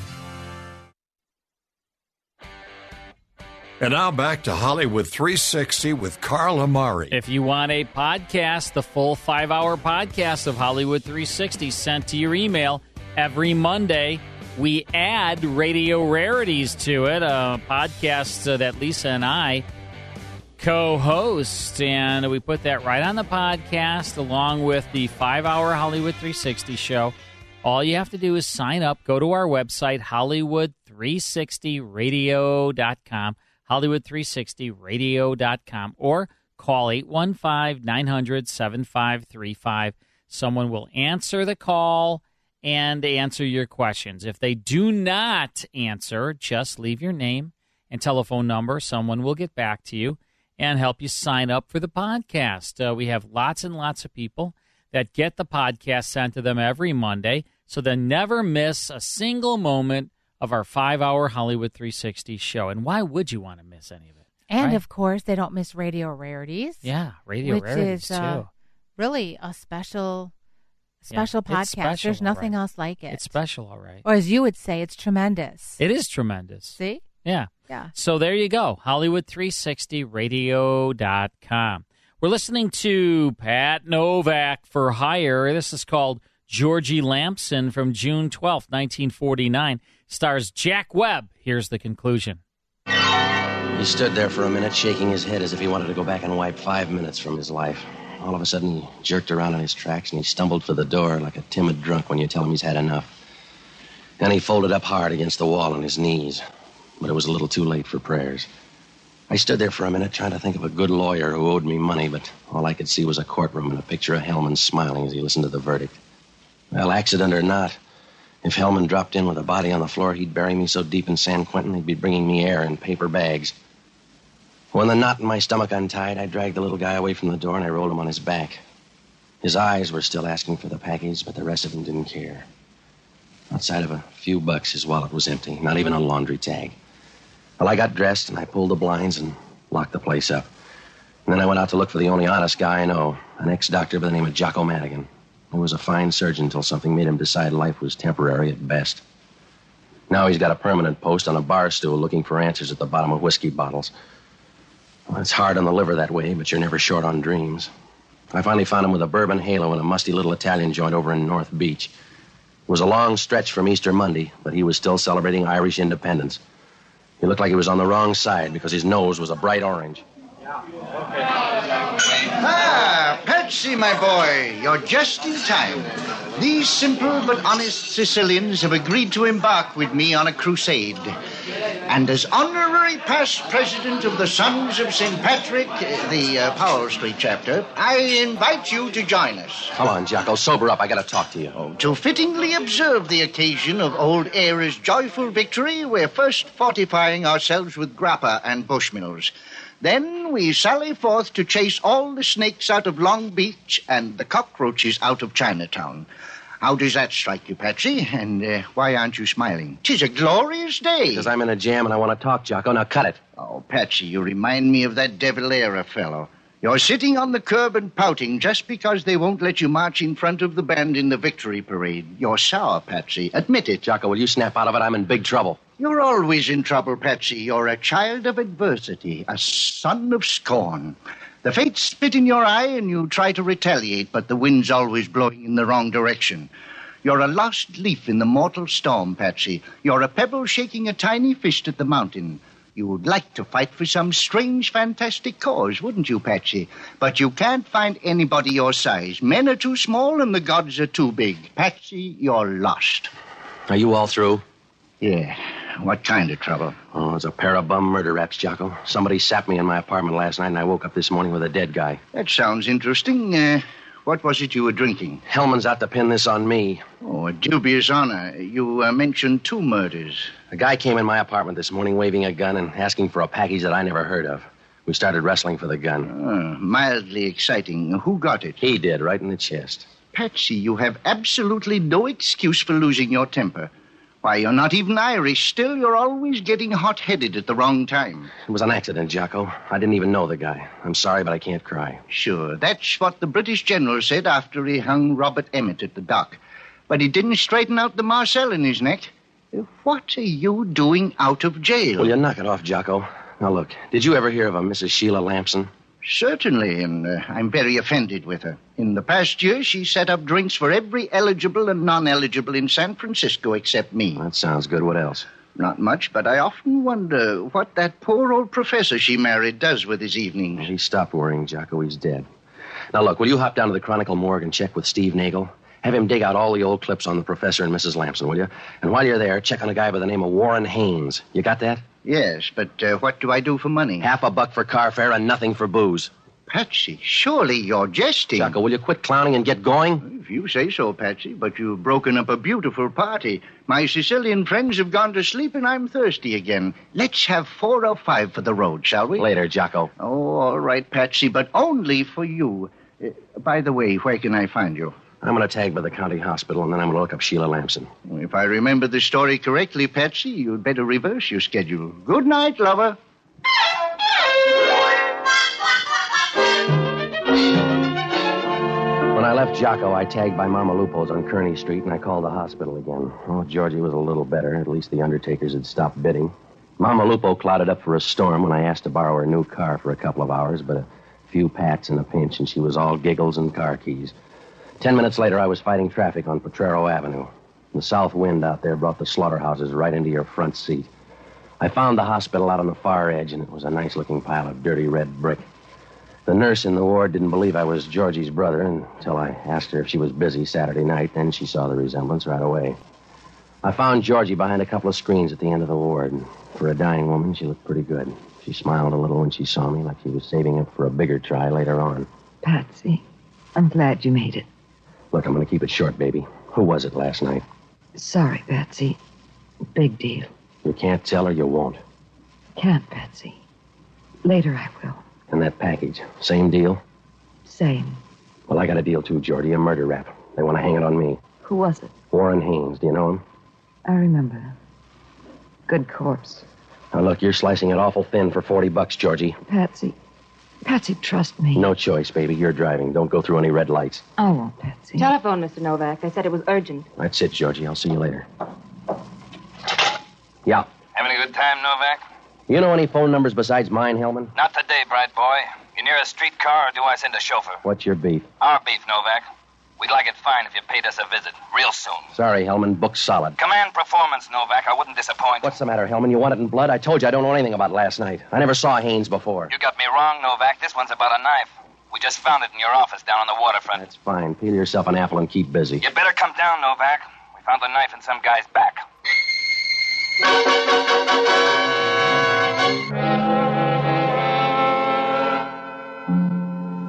S14: And now back to Hollywood 360 with Carl Amari.
S10: If you want a podcast, the full five hour podcast of Hollywood 360 sent to your email every Monday, we add radio rarities to it, a podcast uh, that Lisa and I co host. And we put that right on the podcast along with the five hour Hollywood 360 show. All you have to do is sign up, go to our website, Hollywood360radio.com, Hollywood360radio.com, or call 815 900 7535. Someone will answer the call and answer your questions. If they do not answer, just leave your name and telephone number. Someone will get back to you and help you sign up for the podcast. Uh, we have lots and lots of people that get the podcast sent to them every Monday, so they never miss a single moment of our five hour Hollywood 360 show. And why would you want to miss any of it?
S11: And
S10: right?
S11: of course, they don't miss Radio Rarities.
S10: Yeah, Radio
S11: which
S10: Rarities,
S11: is, uh,
S10: too.
S11: really a special,
S10: Yeah,
S11: special
S10: it's
S11: podcast.
S10: special,
S11: There's nothing
S10: right.
S11: else like it.
S10: It's special, all right.
S11: Or as you would say, it's tremendous.
S10: It is tremendous.
S11: See?
S10: Yeah.
S11: Yeah.
S10: So there you go. Hollywood360radio.com. We're listening to Pat Novak for Hire. This is called Georgie Lampson from June twelfth, 1949. Stars Jack Webb. Here's the conclusion.
S2: He stood there for a minute, shaking his head as if he wanted to go back and wipe five minutes from his life. All of a sudden, he jerked around in his tracks and he stumbled for the door like a timid drunk when you tell him he's had enough. Then he folded up hard against the wall on his knees, but it was a little too late for prayers. I stood there for a minute trying to think of a good lawyer who owed me money, but all I could see was a courtroom and a picture of Hellman smiling as he listened to the verdict. Well, accident or not, If Hellman dropped in with a body on the floor, he'd bury me so deep in San Quentin he'd be bringing me air in paper bags. When the knot in my stomach untied, I dragged the little guy away from the door and I rolled him on his back. His eyes were still asking for the package, but the rest of him didn't care. Outside of a few bucks, his wallet was empty, not even a laundry tag. Well, I got dressed and I pulled the blinds and locked the place up. And then I went out to look for the only honest guy I know, an ex doctor by the name of Jocko Madigan. He was a fine surgeon until something made him decide life was temporary at best. Now he's got a permanent post on a bar stool looking for answers at the bottom of whiskey bottles. Well, it's hard on the liver that way, but you're never short on dreams. I finally found him with a bourbon halo in a musty little Italian joint over in North Beach. It was a long stretch from Easter Monday, but he was still celebrating Irish independence. He looked like he was on the wrong side because his nose was a bright orange.
S17: Ah, Patsy, my boy, you're just in time. These simple but honest Sicilians have agreed to embark with me on a crusade. And as honorary past president of the Sons of St. Patrick, uh, the uh, Powell Street chapter, I invite you to join us.
S2: Come on, Jocko, sober up. I gotta talk to you. Oh,
S17: To fittingly observe the occasion of old Era's joyful victory, we're first fortifying ourselves with grappa and bushmills. Then we sally forth to chase all the snakes out of Long Beach and the cockroaches out of Chinatown. How does that strike you, Patsy? And uh, why aren't you smiling? Tis a glorious day. Because
S2: I'm in a jam and I want to talk, Jocko. Now cut it.
S17: Oh, Patsy, you remind me of that devil era fellow. You're sitting on the curb and pouting just because they won't let you march in front of the band in the victory parade. You're sour, Patsy. Admit it.
S2: Jocko, will you snap out of it? I'm in big trouble.
S17: You're always in trouble, Patsy. You're a child of adversity, a son of scorn. The fates spit in your eye and you try to retaliate, but the wind's always blowing in the wrong direction. You're a lost leaf in the mortal storm, Patsy. You're a pebble shaking a tiny fist at the mountain. You would like to fight for some strange, fantastic cause, wouldn't you, Patsy? But you can't find anybody your size. Men are too small and the gods are too big. Patsy, you're lost.
S2: Are you all through?
S17: Yeah. What kind of trouble?
S2: Oh, it's a pair of bum murder raps, Jocko. Somebody sapped me in my apartment last night, and I woke up this morning with a dead guy.
S17: That sounds interesting. Uh, what was it you were drinking?
S2: Hellman's out to pin this on me.
S17: Oh, a dubious honor. You uh, mentioned two murders.
S2: A guy came in my apartment this morning waving a gun and asking for a package that I never heard of. We started wrestling for the gun.
S17: Uh, mildly exciting. Who got it?
S2: He did, right in the chest.
S17: Patsy, you have absolutely no excuse for losing your temper. Why, you're not even Irish. Still, you're always getting hot headed at the wrong time.
S2: It was an accident, Jocko. I didn't even know the guy. I'm sorry, but I can't cry.
S17: Sure, that's what the British general said after he hung Robert Emmet at the dock. But he didn't straighten out the marcel in his neck. What are you doing out of jail?
S2: Will you knock it off, Jocko? Now, look, did you ever hear of a Mrs. Sheila Lampson?
S17: Certainly, and uh, I'm very offended with her. In the past year, she set up drinks for every eligible and non eligible in San Francisco except me.
S2: That sounds good. What else?
S17: Not much, but I often wonder what that poor old professor she married does with his evenings.
S2: He stopped worrying, Jocko. He's dead. Now, look, will you hop down to the Chronicle Morgue and check with Steve Nagel? Have him dig out all the old clips on the professor and Mrs. Lampson, will you? And while you're there, check on a guy by the name of Warren Haynes. You got that?
S17: Yes, but uh, what do I do for money?
S2: Half a buck for car fare and nothing for booze.
S17: Patsy, surely you're jesting.
S2: Jocko, will you quit clowning and get going?
S17: If you say so, Patsy, but you've broken up a beautiful party. My Sicilian friends have gone to sleep and I'm thirsty again. Let's have four or five for the road, shall we?
S2: Later, Jocko.
S17: Oh, all right, Patsy, but only for you. Uh, by the way, where can I find you?
S2: I'm going to tag by the county hospital, and then I'm going to look up Sheila Lampson.
S17: If I remember the story correctly, Patsy, you'd better reverse your schedule. Good night, lover.
S2: When I left Jocko, I tagged by Mama Lupo's on Kearney Street, and I called the hospital again. Oh, Georgie was a little better. At least the undertakers had stopped bidding. Mama Lupo clouded up for a storm when I asked to borrow her new car for a couple of hours, but a few pats and a pinch, and she was all giggles and car keys. Ten minutes later, I was fighting traffic on Potrero Avenue. The south wind out there brought the slaughterhouses right into your front seat. I found the hospital out on the far edge, and it was a nice looking pile of dirty red brick. The nurse in the ward didn't believe I was Georgie's brother until I asked her if she was busy Saturday night. Then she saw the resemblance right away. I found Georgie behind a couple of screens at the end of the ward. and For a dying woman, she looked pretty good. She smiled a little when she saw me, like she was saving up for a bigger try later on.
S15: Patsy, I'm glad you made it.
S2: Look, I'm going to keep it short, baby. Who was it last night?
S15: Sorry, Patsy. Big deal.
S2: You can't tell her you won't.
S15: Can't, Patsy. Later I will.
S2: And that package, same deal?
S15: Same.
S2: Well, I got a deal too, Georgie, a murder rap. They want to hang it on me.
S15: Who was it?
S2: Warren Haynes, do you know him?
S15: I remember. Good corpse.
S2: Now, look, you're slicing it awful thin for 40 bucks, Georgie.
S15: Patsy. Patsy, trust me.
S2: No choice, baby. You're driving. Don't go through any red lights.
S15: I won't, Patsy.
S19: Telephone, Mr. Novak. They said it was urgent.
S2: That's it, Georgie. I'll see you later. Yeah.
S8: Having a good time, Novak?
S2: You know any phone numbers besides mine, Hellman?
S8: Not today, bright boy. You near a streetcar, or do I send a chauffeur?
S2: What's your beef?
S8: Our beef, Novak. We'd like it fine if you paid us a visit, real soon.
S2: Sorry, Hellman. Book's solid.
S8: Command performance, Novak. I wouldn't disappoint.
S2: What's the matter, Hellman? You want it in blood? I told you I don't know anything about last night. I never saw Haynes before.
S8: You got me wrong, Novak. This one's about a knife. We just found it in your office down on the waterfront.
S2: That's fine. Peel yourself an apple and keep busy.
S8: You better come down, Novak. We found the knife in some guy's back.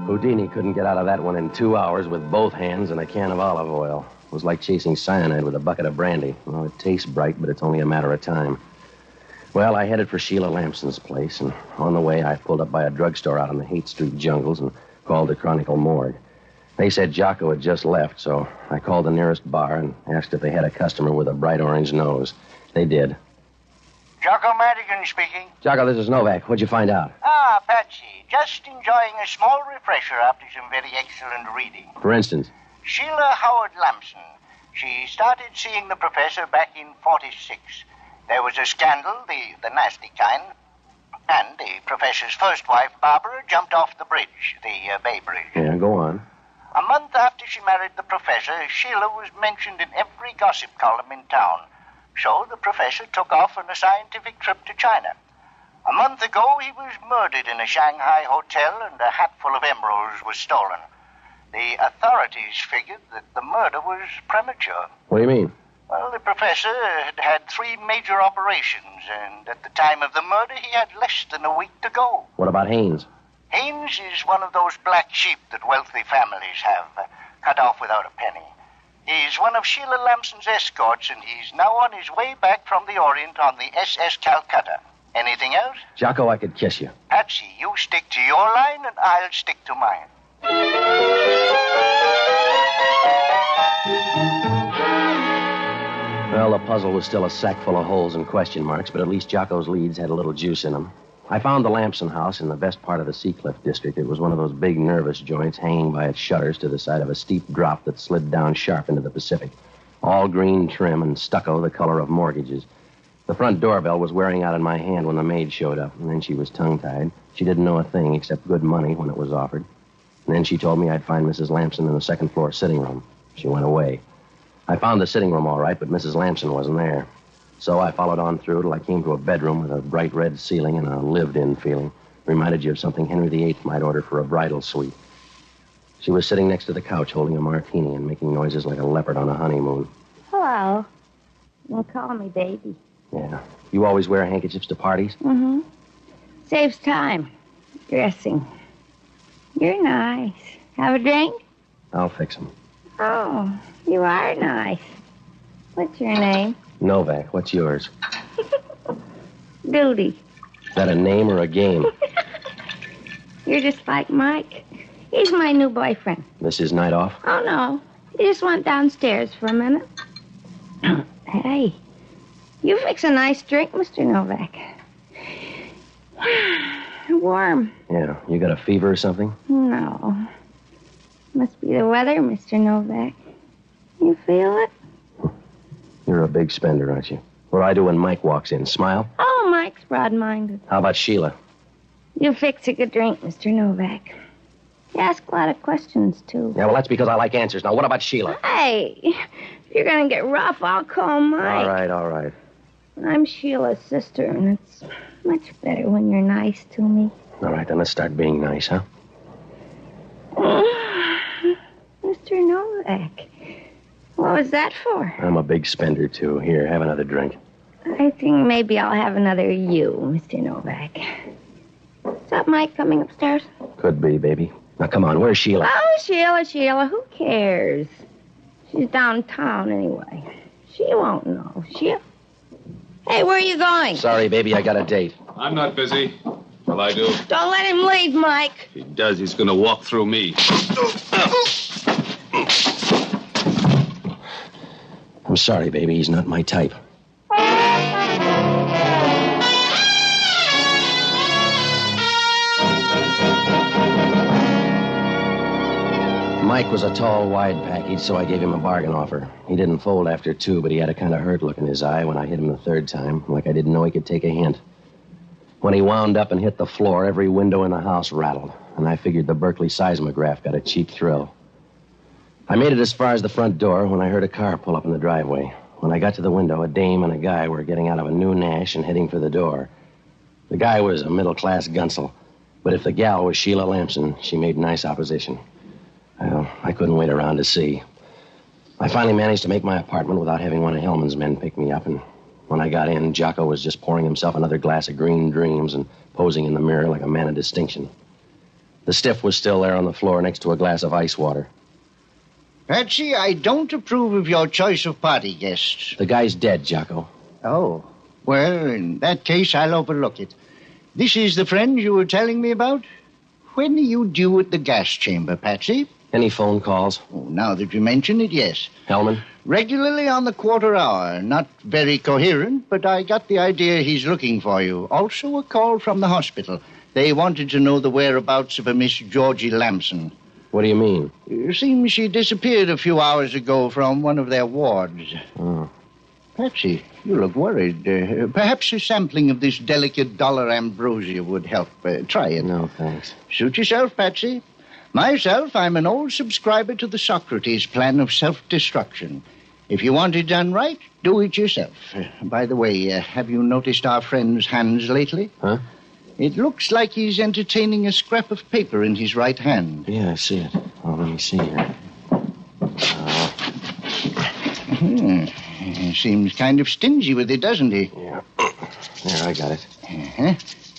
S2: Houdini couldn't get out of that one in two hours with both hands and a can of olive oil. It was like chasing cyanide with a bucket of brandy. Well, it tastes bright, but it's only a matter of time. Well, I headed for Sheila Lamson's place, and on the way, I pulled up by a drugstore out in the Haight Street jungles and called the Chronicle Morgue. They said Jocko had just left, so I called the nearest bar and asked if they had a customer with a bright orange nose. They did.
S17: Jocko Madigan speaking.
S2: Jocko, this is Novak. What'd you find out?
S17: Ah, Patsy, just enjoying a small refresher after some very excellent reading.
S2: For instance,
S17: Sheila Howard Lamson. She started seeing the professor back in 46. There was a scandal, the, the nasty kind, and the professor's first wife, Barbara, jumped off the bridge, the uh, Bay Bridge.
S2: yeah, go on.
S17: A month after she married the professor, Sheila was mentioned in every gossip column in town. So the professor took off on a scientific trip to China. A month ago, he was murdered in a Shanghai hotel, and a hatful of emeralds was stolen. The authorities figured that the murder was premature.
S2: What do you mean?
S17: Well, the professor had had three major operations, and at the time of the murder, he had less than a week to go.
S2: What about Haynes?
S17: Haynes is one of those black sheep that wealthy families have, uh, cut off without a penny. He's one of Sheila Lamson's escorts, and he's now on his way back from the Orient on the SS Calcutta. Anything else?
S2: Jocko, I could kiss you.
S17: Patsy, you stick to your line, and I'll stick to mine.
S2: Well, the puzzle was still a sack full of holes and question marks, but at least Jocko's leads had a little juice in them. I found the Lamson house in the best part of the Seacliff district. It was one of those big, nervous joints hanging by its shutters to the side of a steep drop that slid down sharp into the Pacific. All green trim and stucco the color of mortgages. The front doorbell was wearing out in my hand when the maid showed up, and then she was tongue tied. She didn't know a thing except good money when it was offered. And then she told me I'd find Mrs. Lamson in the second floor sitting room. She went away. I found the sitting room all right, but Mrs. Lamson wasn't there. So I followed on through till I came to a bedroom with a bright red ceiling and a lived in feeling. Reminded you of something Henry VIII might order for a bridal suite. She was sitting next to the couch holding a martini and making noises like a leopard on a honeymoon.
S20: Hello. Well, call me baby.
S2: Yeah. You always wear handkerchiefs to parties?
S20: Mm-hmm. Saves time. Dressing. You're nice. Have a drink?
S2: I'll fix them.
S20: Oh, you are nice. What's your name?
S2: Novak, what's yours?
S20: Duty.
S2: Is that a name or a game?
S20: You're just like Mike. He's my new boyfriend.
S2: This is night off?
S20: Oh, no. He just went downstairs for a minute. hey, you fix a nice drink, Mr. Novak. Warm.
S2: Yeah. You got a fever or something?
S20: No. Must be the weather, Mr. Novak. You feel it?
S2: You're a big spender, aren't you? What do I do when Mike walks in? Smile?
S20: Oh, Mike's broad minded.
S2: How about Sheila?
S20: You fix a good drink, Mr. Novak. You ask a lot of questions, too.
S2: Yeah, well, that's because I like answers. Now, what about Sheila?
S20: Hey, if you're going to get rough, I'll call Mike.
S2: All right, all right.
S20: I'm Sheila's sister, and it's much better when you're nice to me.
S2: All right, then let's start being nice, huh?
S20: Mr. Novak, what was that for?
S2: I'm a big spender, too. Here, have another drink.
S20: I think maybe I'll have another you, Mr. Novak. Is that Mike coming upstairs?
S2: Could be, baby. Now, come on, where's Sheila?
S20: Oh, Sheila, Sheila, who cares? She's downtown anyway. She won't know. She. Hey, where are you going?
S2: Sorry, baby, I got a date.
S16: I'm not busy. Well, I do.
S20: Don't let him leave, Mike.
S16: He does. He's going to walk through me.
S2: I'm sorry, baby, he's not my type. Mike was a tall, wide package, so I gave him a bargain offer. He didn't fold after two, but he had a kind of hurt look in his eye when I hit him the third time, like I didn't know he could take a hint. When he wound up and hit the floor, every window in the house rattled, and I figured the Berkeley seismograph got a cheap thrill. I made it as far as the front door when I heard a car pull up in the driveway. When I got to the window, a dame and a guy were getting out of a new Nash and heading for the door. The guy was a middle class gunsel, but if the gal was Sheila Lamson, she made nice opposition. Well, I couldn't wait around to see. I finally managed to make my apartment without having one of Hellman's men pick me up, and when I got in, Jocko was just pouring himself another glass of green dreams and posing in the mirror like a man of distinction. The stiff was still there on the floor next to a glass of ice water.
S17: Patsy, I don't approve of your choice of party guest.
S2: The guy's dead, Jocko.
S17: Oh. Well, in that case, I'll overlook it. This is the friend you were telling me about? When are you due at the gas chamber, Patsy?
S2: Any phone calls?
S17: Oh, now that you mention it, yes.
S2: Hellman?
S17: Regularly on the quarter hour. Not very coherent, but I got the idea he's looking for you. Also, a call from the hospital. They wanted to know the whereabouts of a Miss Georgie Lamson.
S2: What do you mean?
S17: It seems she disappeared a few hours ago from one of their wards.
S2: Oh.
S17: Patsy, you look worried. Uh, perhaps a sampling of this delicate dollar ambrosia would help. Uh, try it.
S2: No, thanks.
S17: Suit yourself, Patsy. Myself, I'm an old subscriber to the Socrates plan of self destruction. If you want it done right, do it yourself. Uh, By the way, uh, have you noticed our friend's hands lately?
S2: Huh?
S17: It looks like he's entertaining a scrap of paper in his right hand.
S2: Yeah, I see it. Oh, let me see here.
S17: Hmm. He seems kind of stingy with it, doesn't he?
S2: Yeah. There, I got it.
S17: Uh-huh.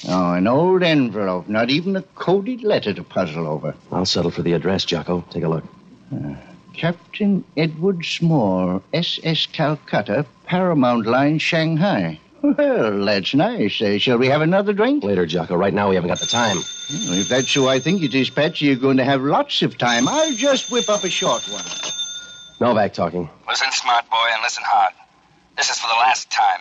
S17: Oh, an old envelope. Not even a coded letter to puzzle over.
S2: I'll settle for the address, Jocko. Take a look.
S17: Captain Edward Small, SS Calcutta, Paramount Line, Shanghai. Well, that's nice. Uh, shall we have another drink?
S2: Later, Jocko. Right now, we haven't got the time.
S17: Well, if that's so, I think it is, Patsy. You're going to have lots of time. I'll just whip up a short one.
S2: Novak talking.
S21: Listen, smart boy, and listen hard. This is for the last time.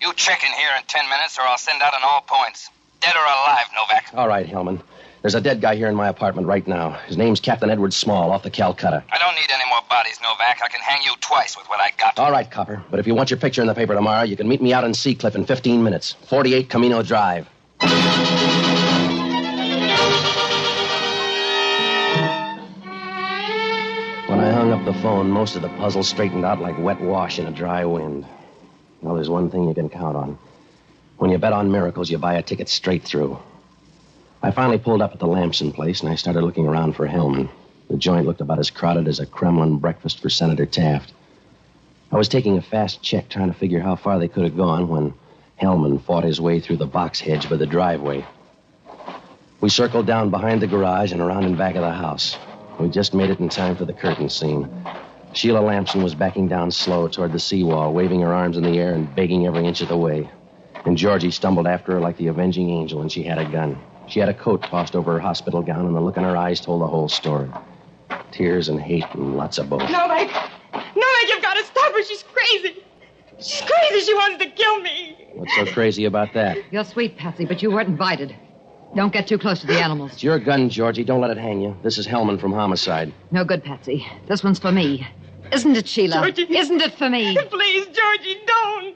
S21: You check in here in ten minutes, or I'll send out an all points. Dead or alive, Novak.
S2: All right, Hellman. There's a dead guy here in my apartment right now. His name's Captain Edward Small, off the Calcutta.
S21: I don't need any more bodies, Novak. I can hang you twice with what I got.
S2: All right, Copper. But if you want your picture in the paper tomorrow, you can meet me out in Sea Cliff in 15 minutes. 48 Camino Drive. When I hung up the phone, most of the puzzle straightened out like wet wash in a dry wind. Well, there's one thing you can count on. When you bet on miracles, you buy a ticket straight through. I finally pulled up at the Lamson place and I started looking around for Hellman. The joint looked about as crowded as a Kremlin breakfast for Senator Taft. I was taking a fast check trying to figure how far they could have gone when Hellman fought his way through the box hedge by the driveway. We circled down behind the garage and around in back of the house. We just made it in time for the curtain scene. Sheila Lamson was backing down slow toward the seawall, waving her arms in the air and begging every inch of the way. And Georgie stumbled after her like the avenging angel, and she had a gun. She had a coat tossed over her hospital gown, and the look in her eyes told the whole story. Tears and hate and lots of both.
S22: Novak! Novak, you've got to stop her. She's crazy. She's crazy. She wanted to kill me.
S2: What's so crazy about that?
S15: You're sweet, Patsy, but you weren't invited. Don't get too close to the animals.
S2: It's your gun, Georgie. Don't let it hang you. This is Hellman from Homicide.
S15: No good, Patsy. This one's for me. Isn't it, Sheila?
S22: Georgie.
S15: Isn't it for me?
S22: Please, Georgie, don't.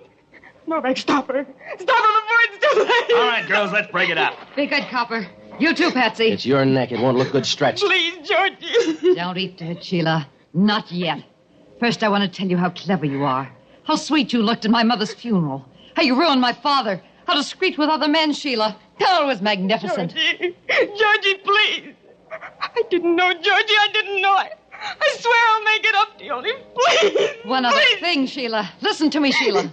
S22: Novak, stop her. Stop her before it's too late.
S21: All right, girls, let's break it up.
S15: Be good, Copper. You too, Patsy.
S2: It's your neck. It won't look good stretched.
S22: Please, Georgie.
S15: Don't eat dirt, Sheila. Not yet. First, I want to tell you how clever you are. How sweet you looked at my mother's funeral. How you ruined my father. How discreet with other men, Sheila. Oh, it was magnificent.
S22: Georgie, Georgie, please. I didn't know, Georgie. I didn't know it. I swear I'll make it up to you. Please.
S15: One other thing, Sheila. Listen to me, Sheila.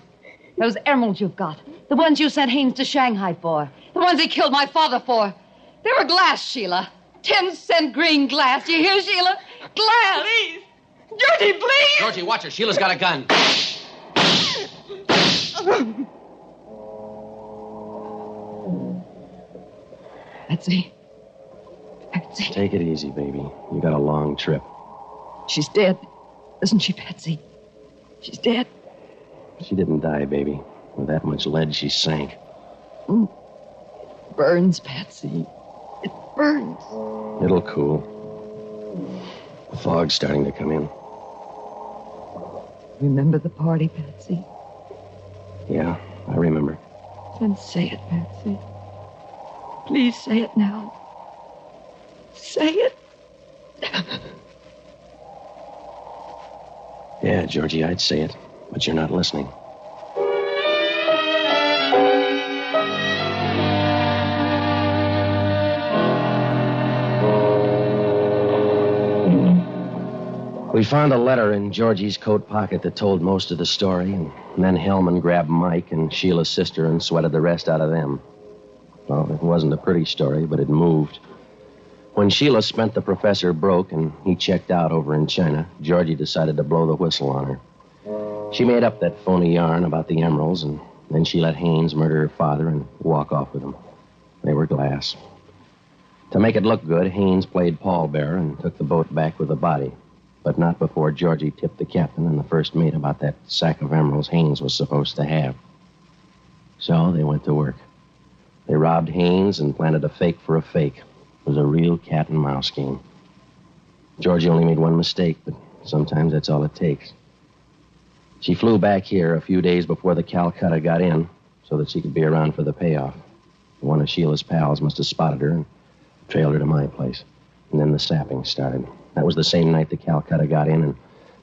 S15: Those emeralds you've got, the ones you sent Haines to Shanghai for, the ones he killed my father for, they were glass, Sheila. Ten cent green glass. You hear, Sheila? Glass.
S22: Please. Georgie, please.
S2: Georgie, watch her. Sheila's got a gun.
S15: Betsy.
S2: Take it easy, baby. You got a long trip.
S15: She's dead. Isn't she, Patsy? She's dead.
S2: She didn't die, baby. With that much lead, she sank.
S15: Mm. Burns, Patsy. It burns.
S2: It'll cool. The fog's starting to come in.
S15: Remember the party, Patsy?
S2: Yeah, I remember.
S15: Then say it, Patsy. Please say it now. Say it.
S2: Yeah, Georgie, I'd say it, but you're not listening. We found a letter in Georgie's coat pocket that told most of the story, and then Hellman grabbed Mike and Sheila's sister and sweated the rest out of them. Well, it wasn't a pretty story, but it moved. When Sheila spent the professor broke and he checked out over in China, Georgie decided to blow the whistle on her. She made up that phony yarn about the emeralds, and then she let Haynes murder her father and walk off with him. They were glass. To make it look good, Haynes played pallbearer and took the boat back with the body, but not before Georgie tipped the captain and the first mate about that sack of emeralds Haynes was supposed to have. So they went to work. They robbed Haynes and planted a fake for a fake. It was a real cat and mouse game. Georgie only made one mistake, but sometimes that's all it takes. She flew back here a few days before the Calcutta got in so that she could be around for the payoff. One of Sheila's pals must have spotted her and trailed her to my place. And then the sapping started. That was the same night the Calcutta got in and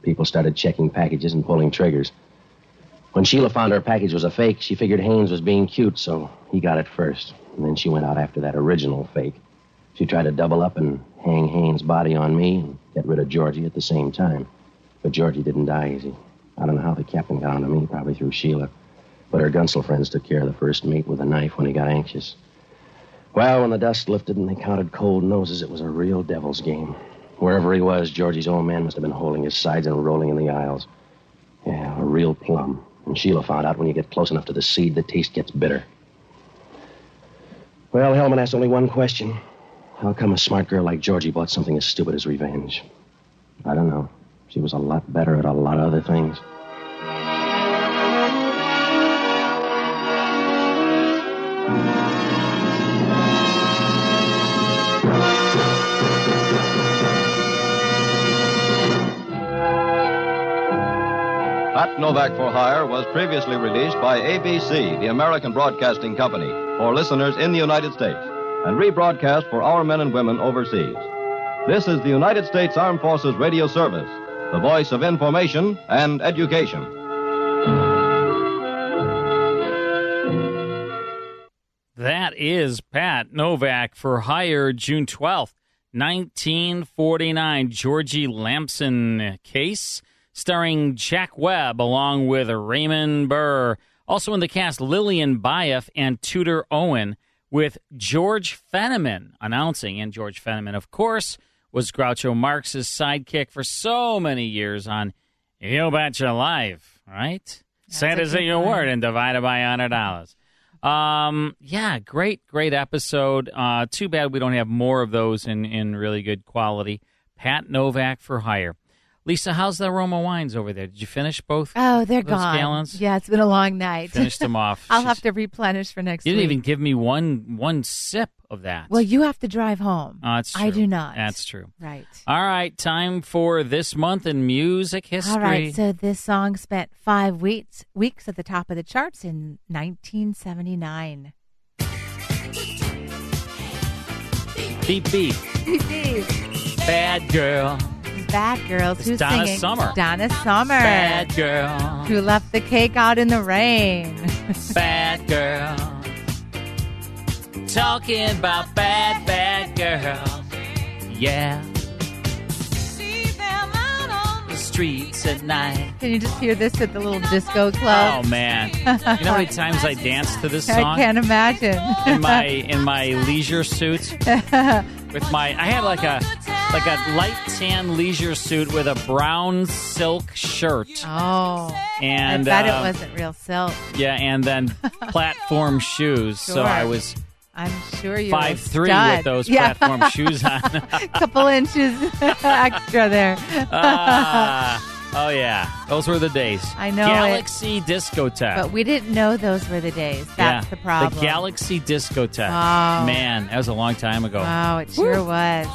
S2: people started checking packages and pulling triggers. When Sheila found her package was a fake, she figured Haynes was being cute, so he got it first. And then she went out after that original fake. She tried to double up and hang Haynes' body on me and get rid of Georgie at the same time. But Georgie didn't die easy. I don't know how the captain got onto me, probably through Sheila. But her gunsel friends took care of the first mate with a knife when he got anxious. Well, when the dust lifted and they counted cold noses, it was a real devil's game. Wherever he was, Georgie's old man must have been holding his sides and rolling in the aisles. Yeah, a real plum. And Sheila found out when you get close enough to the seed, the taste gets bitter. Well, Hellman asked only one question. How come a smart girl like Georgie bought something as stupid as revenge? I don't know. She was a lot better at a lot of other things.
S1: Pat Novak for Hire was previously released by ABC, the American Broadcasting Company, for listeners in the United States, and rebroadcast for our men and women overseas. This is the United States Armed Forces Radio Service, the voice of information and education.
S10: That is Pat Novak for Hire, June 12th, 1949. Georgie Lamson case starring Jack Webb along with Raymond Burr. Also in the cast, Lillian Baeff and Tudor Owen with George Fenneman announcing. And George Fenneman, of course, was Groucho Marx's sidekick for so many years on You Betcha Life, right? Santa
S3: a
S10: say
S3: good
S10: your
S3: one.
S10: word and divided by hundred dollars. Um, yeah, great, great episode. Uh, too bad we don't have more of those in in really good quality. Pat Novak for hire. Lisa, how's the Roma wines over there? Did you finish both?
S11: Oh, they're
S10: those
S11: gone.
S10: Gallons?
S11: Yeah, it's been a long night.
S10: Finish them off.
S11: I'll have to replenish for next
S10: You didn't
S11: week.
S10: even give me one one sip of that.
S11: Well, you have to drive home.
S10: Oh, that's
S11: I
S10: true.
S11: do not.
S10: That's true.
S11: Right.
S10: All right, time for this month in music history.
S11: All right, so this song spent five weeks weeks at the top of the charts in 1979.
S10: beep beep, bad girl,
S11: Bad girls
S10: It's
S11: who's
S10: Donna
S11: singing?
S10: Summer.
S11: Donna Summer.
S10: bad girl,
S11: Who left the cake out in the rain?
S10: bad girl. Talking about bad bad girls, yeah. The streets at night.
S11: Can you just hear this at the little disco
S10: Oh
S11: club?
S10: man, you know how many times I danced to this
S11: I
S10: song
S11: can't imagine.
S10: in my in my leisure suit. with my I had like a like a light tan leisure suit with a brown silk shirt.
S11: Oh,
S10: and
S11: I bet
S10: uh,
S11: it wasn't real silk.
S10: Yeah, and then platform shoes. So
S11: Sure.
S10: I was
S11: I'm sure you
S10: five three with those platform shoes on.
S11: A couple inches extra there.
S10: Ah, oh yeah, those were the days.
S11: I know it.
S10: Galaxy Discotheque.
S11: but we didn't know those were the days. That's
S10: yeah,
S11: the problem.
S10: The Galaxy Discotheque.
S11: Wow.
S10: Man, that was a long time ago.
S11: Wow, it sure was.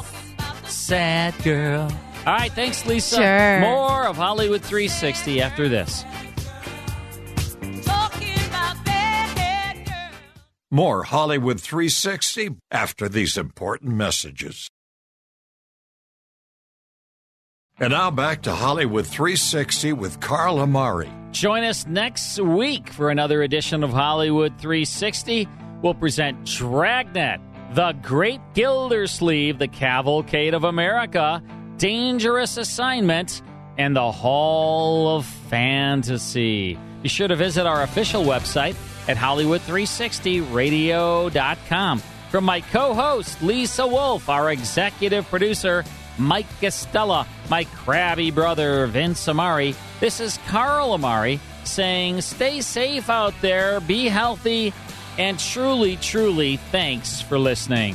S10: Sad girl. All right, thanks, Lisa.
S11: Sure.
S10: More of Hollywood 360 after this.
S14: More Hollywood 360 after these important messages. And now back to Hollywood 360 with Carl Amari.
S10: Join us next week for another edition of Hollywood 360. We'll present Dragnet, The Great Gildersleeve, The Cavalcade of America, Dangerous Assignment, and The Hall of Fantasy. Be sure to visit our official website at Hollywood360radio.com. From my co host, Lisa Wolf, our executive producer, Mike Castella, my crabby brother, Vince Amari. This is Carl Amari saying, Stay safe out there, be healthy, and truly, truly thanks for listening.